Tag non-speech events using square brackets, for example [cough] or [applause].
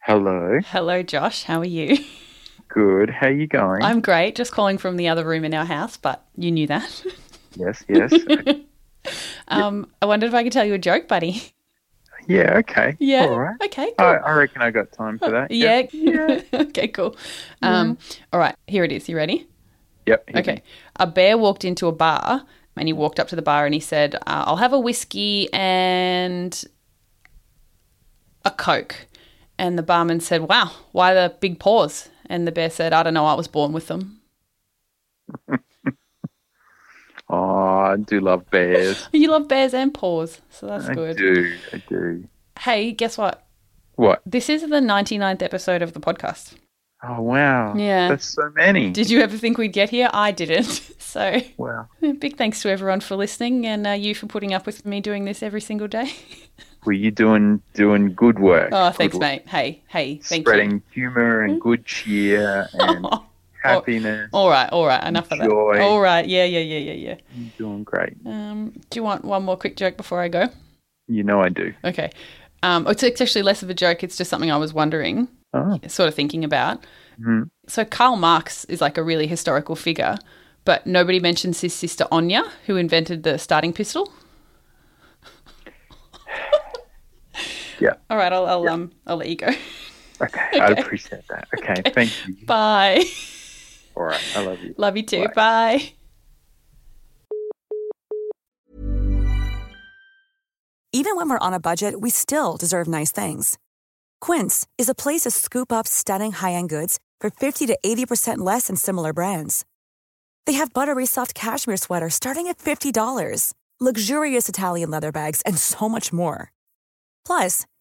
Hello. Hello, Josh. How are you? Good. How you going? I'm great. Just calling from the other room in our house, but you [laughs] knew that. Yes, [laughs] yes. Um, I wondered if I could tell you a joke, buddy. [laughs] yeah, okay. Yeah. All right. Okay. Cool. I, I reckon I got time Oh, for that. yeah. Yeah. [laughs] Mm-hmm. okay. Cool. Um, All right. Here it is. You ready? Yep. you Okay. A bear walked into a bar and he walked up to the bar and he said, uh, I'll have a whiskey and a Coke. And the barman said, Wow, why the big paws? And the bear said, I don't know, I was born with them. [laughs] can- Oh, I do love bears. You love bears and paws, so [laughs] that's I good. do. I do. Hey, guess what? What? This is the 99th episode of the podcast. Oh, wow. Yeah. That's so many. Did you ever think we'd get here? I didn't. [laughs] So, wow. big thanks to everyone for listening and uh, you for putting up with me doing this every single day. Were you doing doing good work? Oh, Good thanks, work. mate. Hey, hey, thank Spreading you. Mm. Oh. humour and good cheer [laughs] and happiness. All right, all right, enough of Joy. that. All right, yeah, yeah, yeah, yeah, You're doing great. yeah. Um, do you want one more quick joke before I go? You know I do. Okay. Um, it's, it's actually less of a joke. It's just something I was wondering, Oh, sort of thinking about. Mhm. So Karl Marx is like a really historical figure, but nobody mentions his sister Anya, who invented the starting pistol. Yeah. [laughs] All right, I'll I'll, um, I'll let you go. [laughs] okay. I appreciate that. Okay. Thank you. Bye. All right. I love you. Love you too. Bye. Bye. Even when we're on a budget, we still deserve nice things. Quince is a place to scoop up stunning high end goods for 50 to 80% less than similar brands. They have buttery soft cashmere sweaters starting at $50, luxurious Italian leather bags, and so much more. Plus,